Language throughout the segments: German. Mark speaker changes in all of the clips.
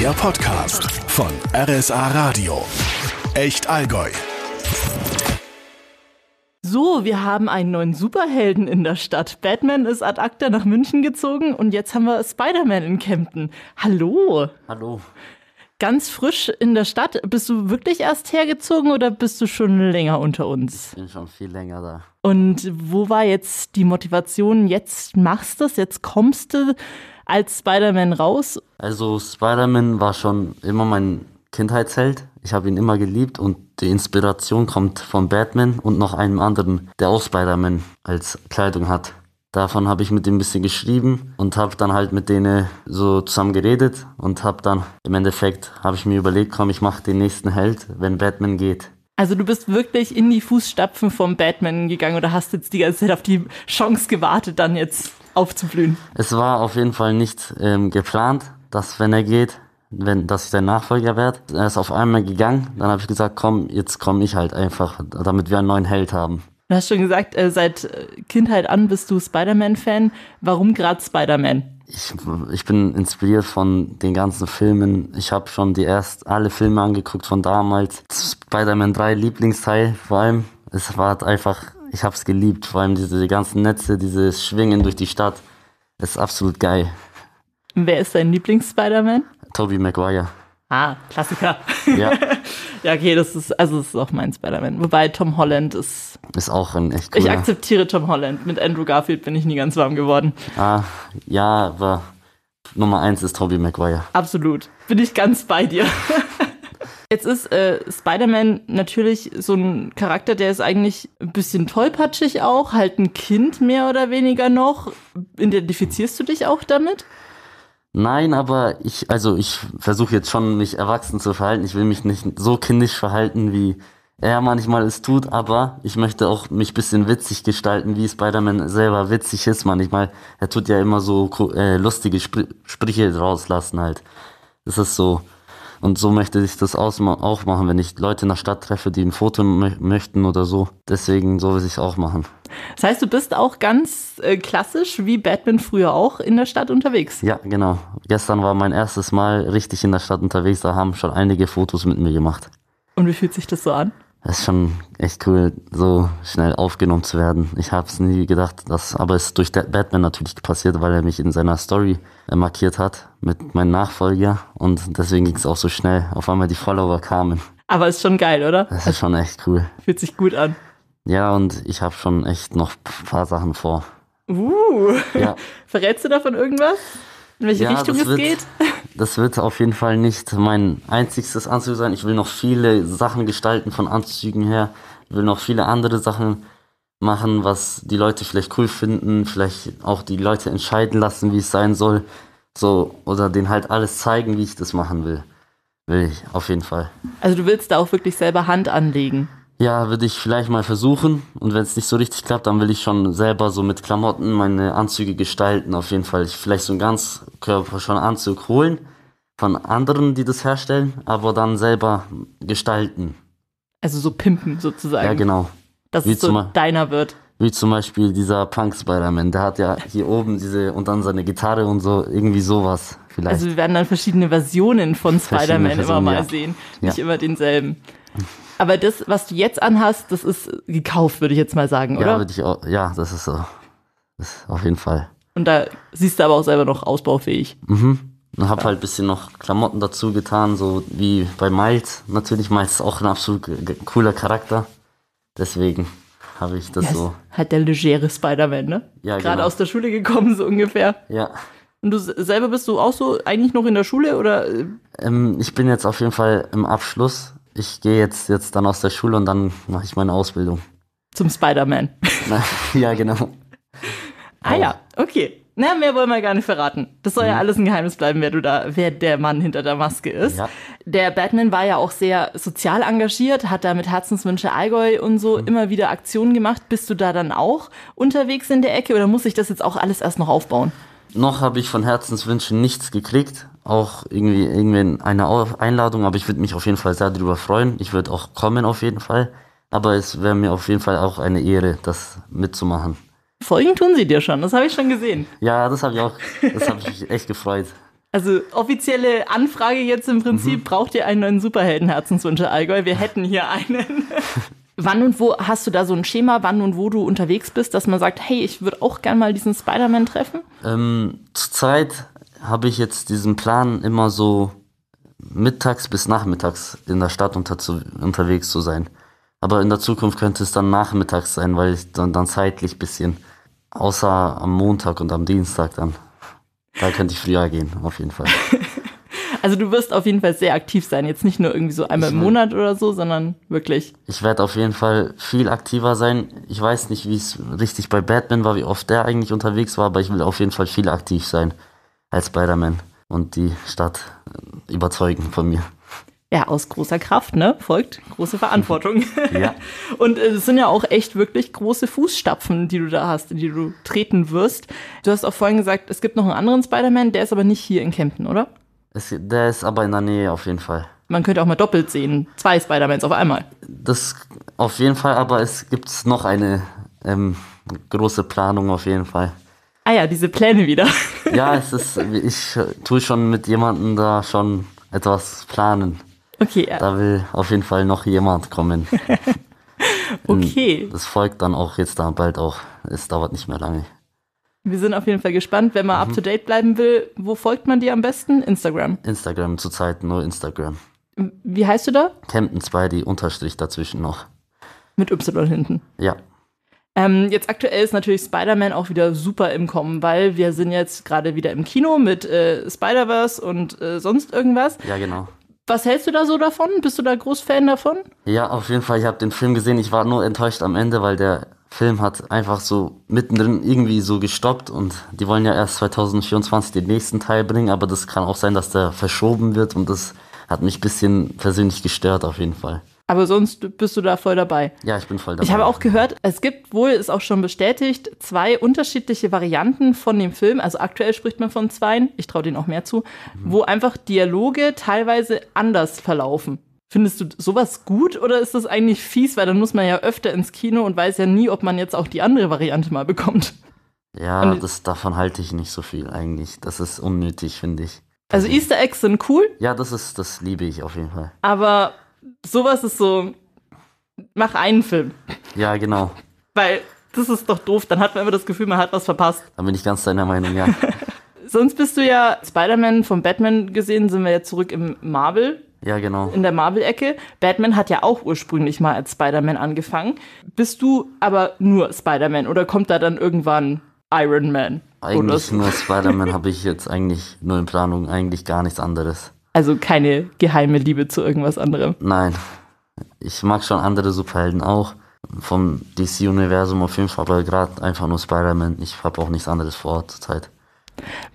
Speaker 1: Der Podcast von RSA Radio. Echt Allgäu.
Speaker 2: So, wir haben einen neuen Superhelden in der Stadt. Batman ist ad acta nach München gezogen und jetzt haben wir Spider-Man in Kempten. Hallo,
Speaker 3: Hallo.
Speaker 2: ganz frisch in der Stadt. Bist du wirklich erst hergezogen oder bist du schon länger unter uns?
Speaker 3: Bin schon viel länger da.
Speaker 2: Und wo war jetzt die Motivation, jetzt machst du es, jetzt kommst du als Spider-Man raus?
Speaker 3: Also Spider-Man war schon immer mein Kindheitsheld. Ich habe ihn immer geliebt und die Inspiration kommt von Batman und noch einem anderen, der auch Spider-Man als Kleidung hat. Davon habe ich mit ihm ein bisschen geschrieben und habe dann halt mit denen so zusammen geredet und habe dann im Endeffekt habe ich mir überlegt, komm, ich mache den nächsten Held, wenn Batman geht.
Speaker 2: Also du bist wirklich in die Fußstapfen vom Batman gegangen oder hast jetzt die ganze Zeit auf die Chance gewartet, dann jetzt aufzublühen?
Speaker 3: Es war auf jeden Fall nicht ähm, geplant, dass wenn er geht, wenn, dass ich sein Nachfolger werde. Er ist auf einmal gegangen, dann habe ich gesagt, komm, jetzt komme ich halt einfach, damit wir einen neuen Held haben.
Speaker 2: Du hast schon gesagt, äh, seit äh, Kindheit an bist du Spider-Man-Fan. Warum gerade Spider-Man?
Speaker 3: Ich, ich bin inspiriert von den ganzen Filmen. Ich habe schon die erst alle Filme angeguckt von damals. Spider-Man 3 Lieblingsteil vor allem. Es war halt einfach, ich habe es geliebt, vor allem diese die ganzen Netze, dieses Schwingen durch die Stadt. Ist absolut geil.
Speaker 2: Wer ist dein Lieblings-Spider-Man?
Speaker 3: Tobey Maguire.
Speaker 2: Ah, Klassiker.
Speaker 3: Ja,
Speaker 2: ja, okay, das ist, also das ist auch mein Spider-Man. Wobei Tom Holland ist.
Speaker 3: ist auch ein echt
Speaker 2: Ich
Speaker 3: cooler.
Speaker 2: akzeptiere Tom Holland. Mit Andrew Garfield bin ich nie ganz warm geworden.
Speaker 3: Ah, ja, aber Nummer eins ist Tobey Maguire.
Speaker 2: Absolut. Bin ich ganz bei dir. Jetzt ist äh, Spider-Man natürlich so ein Charakter, der ist eigentlich ein bisschen tollpatschig auch, halt ein Kind mehr oder weniger noch. Identifizierst du dich auch damit?
Speaker 3: Nein, aber ich, also ich versuche jetzt schon, mich erwachsen zu verhalten. Ich will mich nicht so kindisch verhalten, wie er manchmal es tut, aber ich möchte auch mich bisschen witzig gestalten, wie Spider-Man selber witzig ist manchmal. Er tut ja immer so ko- äh, lustige Spr Sprüche rauslassen halt. Das ist so. Und so möchte ich das ausma auch machen, wenn ich Leute in der Stadt treffe, die ein Foto mö möchten oder so. Deswegen, so will ich es auch machen.
Speaker 2: Das heißt, du bist auch ganz äh, klassisch, wie Batman früher auch, in der Stadt unterwegs.
Speaker 3: Ja, genau. Gestern war mein erstes Mal richtig in der Stadt unterwegs. Da haben schon einige Fotos mit mir gemacht.
Speaker 2: Und wie fühlt sich das so an?
Speaker 3: Es ist schon echt cool, so schnell aufgenommen zu werden. Ich habe es nie gedacht, dass, aber es ist durch der- Batman natürlich passiert, weil er mich in seiner Story äh, markiert hat mit meinem Nachfolger. Und deswegen ging es auch so schnell. Auf einmal die Follower kamen.
Speaker 2: Aber ist schon geil, oder?
Speaker 3: Das ist schon echt cool.
Speaker 2: Fühlt sich gut an.
Speaker 3: Ja, und ich habe schon echt noch ein paar Sachen vor.
Speaker 2: Uh.
Speaker 3: Ja.
Speaker 2: Verrätst du davon irgendwas? In welche
Speaker 3: Ja,
Speaker 2: Richtung
Speaker 3: das
Speaker 2: es
Speaker 3: wird-
Speaker 2: geht?
Speaker 3: Das wird auf jeden Fall nicht mein einzigstes Anzug sein. Ich will noch viele Sachen gestalten von Anzügen her. Ich will noch viele andere Sachen machen, was die Leute vielleicht cool finden, vielleicht auch die Leute entscheiden lassen, wie es sein soll. So, oder denen halt alles zeigen, wie ich das machen will. Will ich, auf jeden Fall.
Speaker 2: Also du willst da auch wirklich selber Hand anlegen.
Speaker 3: Ja, würde ich vielleicht mal versuchen. Und wenn es nicht so richtig klappt, dann will ich schon selber so mit Klamotten meine Anzüge gestalten. Auf jeden Fall. Ich vielleicht so einen Ganzkörper schon Anzug holen von anderen, die das herstellen, aber dann selber gestalten.
Speaker 2: Also so pimpen sozusagen.
Speaker 3: Ja, genau.
Speaker 2: Dass
Speaker 3: Wie
Speaker 2: es so
Speaker 3: zum Beispiel-
Speaker 2: deiner wird.
Speaker 3: Wie zum Beispiel dieser Punk Spider-Man. Der hat ja hier oben diese und dann seine Gitarre und so irgendwie sowas vielleicht.
Speaker 2: Also wir werden dann verschiedene Versionen von
Speaker 3: Verschiedene
Speaker 2: Spider-Man immer
Speaker 3: Versionen,
Speaker 2: mal
Speaker 3: ja.
Speaker 2: sehen.
Speaker 3: Ja.
Speaker 2: Nicht immer denselben. Aber das, was du jetzt anhast, das ist gekauft, würde ich jetzt mal sagen,
Speaker 3: ja,
Speaker 2: oder?
Speaker 3: würde ich auch. Ja, das ist so. Das auf jeden Fall.
Speaker 2: Und da siehst du aber auch selber noch ausbaufähig.
Speaker 3: Und hab halt ein bisschen noch Klamotten dazu getan, so wie bei Miles. Natürlich, Miles ist auch ein absolut ge- ge- cooler Charakter. Deswegen habe ich das
Speaker 2: Ja,
Speaker 3: so.
Speaker 2: ist Halt der legere Spider-Man, ne?
Speaker 3: Ja,
Speaker 2: Gerade
Speaker 3: genau.
Speaker 2: aus der Schule gekommen, so ungefähr.
Speaker 3: Ja.
Speaker 2: Und du s- selber bist du auch so eigentlich noch in der Schule oder äh,
Speaker 3: Ähm, ich bin jetzt auf jeden Fall im Abschluss. Ich gehe jetzt, jetzt dann aus der Schule und dann mache ich meine Ausbildung.
Speaker 2: zum Spider-Man?
Speaker 3: Na, ja, genau.
Speaker 2: Ah ja, okay. Na, mehr wollen wir gar nicht verraten. Das
Speaker 3: Mhm.
Speaker 2: soll ja alles ein Geheimnis bleiben, wer du da, wer der Mann hinter der Maske ist.
Speaker 3: Ja.
Speaker 2: Der Batman war ja auch sehr sozial engagiert, hat da mit Herzenswünsche Allgäu und
Speaker 3: Mhm.
Speaker 2: so immer wieder Aktionen gemacht. Bist du da dann auch unterwegs in der Ecke oder muss ich das jetzt auch alles erst noch aufbauen?
Speaker 3: Noch habe ich von Herzenswünschen nichts gekriegt. Auch irgendwie, irgendwie eine Au- Einladung, aber ich würde mich auf jeden Fall sehr darüber freuen. Ich würde auch kommen auf jeden Fall. Aber es wäre mir auf jeden Fall auch eine Ehre, das mitzumachen.
Speaker 2: Folgen tun sie dir schon, das habe ich schon gesehen.
Speaker 3: Ja, das habe ich auch. Das habe ich mich echt gefreut.
Speaker 2: Also offizielle Anfrage jetzt im Prinzip, braucht ihr einen neuen Superheldenherzenswunsch, Herr Allgäu? Wir hätten hier einen. wann und wo hast du da so ein Schema, wann und wo du unterwegs bist, dass man sagt, hey, ich würde auch gern mal diesen Spider-Man treffen?
Speaker 3: Ähm, zurzeit habe ich jetzt diesen Plan, immer so mittags bis nachmittags in der Stadt unter zu, unterwegs zu sein. Aber in der Zukunft könnte es dann nachmittags sein, weil ich dann, dann zeitlich bisschen, außer am Montag und am Dienstag dann, da könnte ich früher gehen, auf jeden Fall.
Speaker 2: Also du wirst auf jeden Fall sehr aktiv sein, jetzt nicht nur irgendwie so einmal im
Speaker 3: Ich-
Speaker 2: Monat oder so, sondern wirklich.
Speaker 3: Ich werde auf jeden Fall viel aktiver sein. Ich weiß nicht, wie es richtig bei Batman war, wie oft der eigentlich unterwegs war, aber ich will auf jeden Fall viel aktiv sein als Spider-Man und die Stadt äh, überzeugen von mir.
Speaker 2: Ja, aus großer Kraft, ne? Folgt große Verantwortung.
Speaker 3: Ja.
Speaker 2: Und äh, es sind ja auch echt wirklich große Fußstapfen, die du da hast, in die du treten wirst. Du hast auch vorhin gesagt, es gibt noch einen anderen Spider-Man, der ist aber nicht hier in Kempten, oder?
Speaker 3: Es, der ist aber in der Nähe auf jeden Fall.
Speaker 2: Man könnte auch mal doppelt sehen, zwei Spider-Mans auf einmal.
Speaker 3: Das auf jeden Fall, aber es gibt noch eine ähm, große Planung auf jeden Fall.
Speaker 2: Ah ja, diese Pläne wieder.
Speaker 3: Ja, es ist, ich äh, tue schon mit jemandem da schon etwas planen.
Speaker 2: Okay, äh, ja.
Speaker 3: Da will auf jeden Fall noch jemand kommen.
Speaker 2: okay.
Speaker 3: Das folgt dann auch jetzt da bald auch. Es dauert nicht mehr lange.
Speaker 2: Wir sind auf jeden Fall gespannt. Wenn man up to date bleiben will, wo folgt man dir am besten? Instagram.
Speaker 3: Instagram zurzeit nur Instagram.
Speaker 2: Wie heißt du da?
Speaker 3: Camden Spidey Unterstrich dazwischen noch.
Speaker 2: Mit Y hinten.
Speaker 3: Ja,
Speaker 2: Ähm, jetzt aktuell ist natürlich Spider-Man auch wieder super im Kommen, weil wir sind jetzt gerade wieder im Kino mit äh, Spider-Verse und äh, sonst irgendwas.
Speaker 3: ja genau.
Speaker 2: Was hältst du da so davon? Bist du da groß Fan davon?
Speaker 3: Ja, auf jeden Fall. Ich habe den Film gesehen. Ich war nur enttäuscht am Ende, weil der Film hat einfach so mittendrin irgendwie so gestoppt und die wollen ja erst 2024 den nächsten Teil bringen, aber das kann auch sein, dass der verschoben wird und das hat mich ein bisschen persönlich gestört auf jeden Fall.
Speaker 2: Aber sonst bist du da voll dabei.
Speaker 3: Ja, ich bin voll dabei.
Speaker 2: Ich habe auch gehört, es gibt wohl, ist auch schon bestätigt, zwei unterschiedliche Varianten von dem Film. Also aktuell spricht man von zweien, ich traue denen auch mehr zu, wo einfach Dialoge teilweise anders verlaufen. Findest du sowas gut oder ist das eigentlich fies? Weil dann muss man ja öfter ins Kino und weiß ja nie, ob man jetzt auch die andere Variante mal bekommt.
Speaker 3: Ja, das, davon halte ich nicht so viel eigentlich. Das ist unnötig, finde ich.
Speaker 2: Also Easter Eggs sind cool,
Speaker 3: Ja, das ist, das liebe ich auf jeden Fall.
Speaker 2: aber sowas ist so, mach einen Film.
Speaker 3: Ja, genau.
Speaker 2: Weil das ist doch doof, dann hat man immer das Gefühl, man hat was verpasst.
Speaker 3: Da bin ich ganz deiner Meinung, ja.
Speaker 2: Sonst bist du ja Spider-Man vom Batman gesehen, sind wir jetzt zurück im Marvel,
Speaker 3: Ja, genau.
Speaker 2: in der Marvel-Ecke. Batman hat ja auch ursprünglich mal als Spider-Man angefangen. Bist du aber nur Spider-Man oder kommt da dann irgendwann Iron Man? oder
Speaker 3: Eigentlich
Speaker 2: so?
Speaker 3: nur Spider-Man habe ich jetzt eigentlich nur in Planung, eigentlich gar nichts anderes.
Speaker 2: Also keine geheime Liebe zu irgendwas anderem.
Speaker 3: Nein. Ich mag schon andere Superhelden auch. Vom DC-Universum auf jeden Fall, aber gerade einfach nur Spider-Man. Ich habe auch nichts anderes vor zurzeit.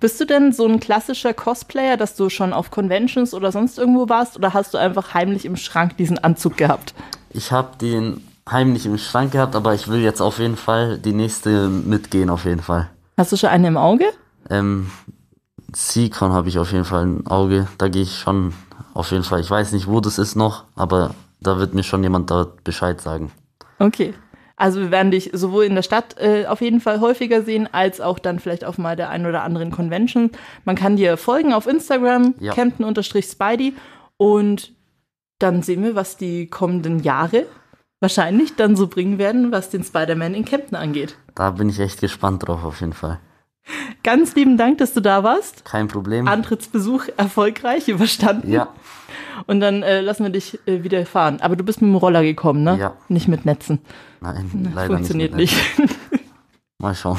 Speaker 2: Bist du denn so ein klassischer Cosplayer, dass du schon auf Conventions oder sonst irgendwo warst oder hast du einfach heimlich im Schrank diesen Anzug gehabt?
Speaker 3: Ich habe den heimlich im Schrank gehabt, aber ich will jetzt auf jeden Fall die nächste mitgehen, auf jeden Fall.
Speaker 2: Hast du schon eine im Auge?
Speaker 3: Ähm, Seacon habe ich auf jeden Fall ein Auge. Da gehe ich schon auf jeden Fall. Ich weiß nicht, wo das ist noch, aber da wird mir schon jemand dort Bescheid sagen.
Speaker 2: Okay. Also wir werden dich sowohl in der Stadt äh, auf jeden Fall häufiger sehen, als auch dann vielleicht auf mal der einen oder anderen Convention. Man kann dir folgen auf Instagram,
Speaker 3: Ja.
Speaker 2: Campton-Spidey. Und dann sehen wir, was die kommenden Jahre wahrscheinlich dann so bringen werden, was den Spider-Man in Kempten angeht.
Speaker 3: Da bin ich echt gespannt drauf, auf jeden Fall.
Speaker 2: Ganz lieben Dank, dass du da warst.
Speaker 3: Kein Problem.
Speaker 2: Antrittsbesuch erfolgreich überstanden.
Speaker 3: ja,
Speaker 2: Und dann äh, lassen wir dich äh, wieder fahren. Aber du bist mit dem Roller gekommen, ne?
Speaker 3: Ja.
Speaker 2: Nicht mit Netzen.
Speaker 3: nein, leider
Speaker 2: Funktioniert
Speaker 3: nicht. mit
Speaker 2: nicht.
Speaker 3: Netz. Mal schauen.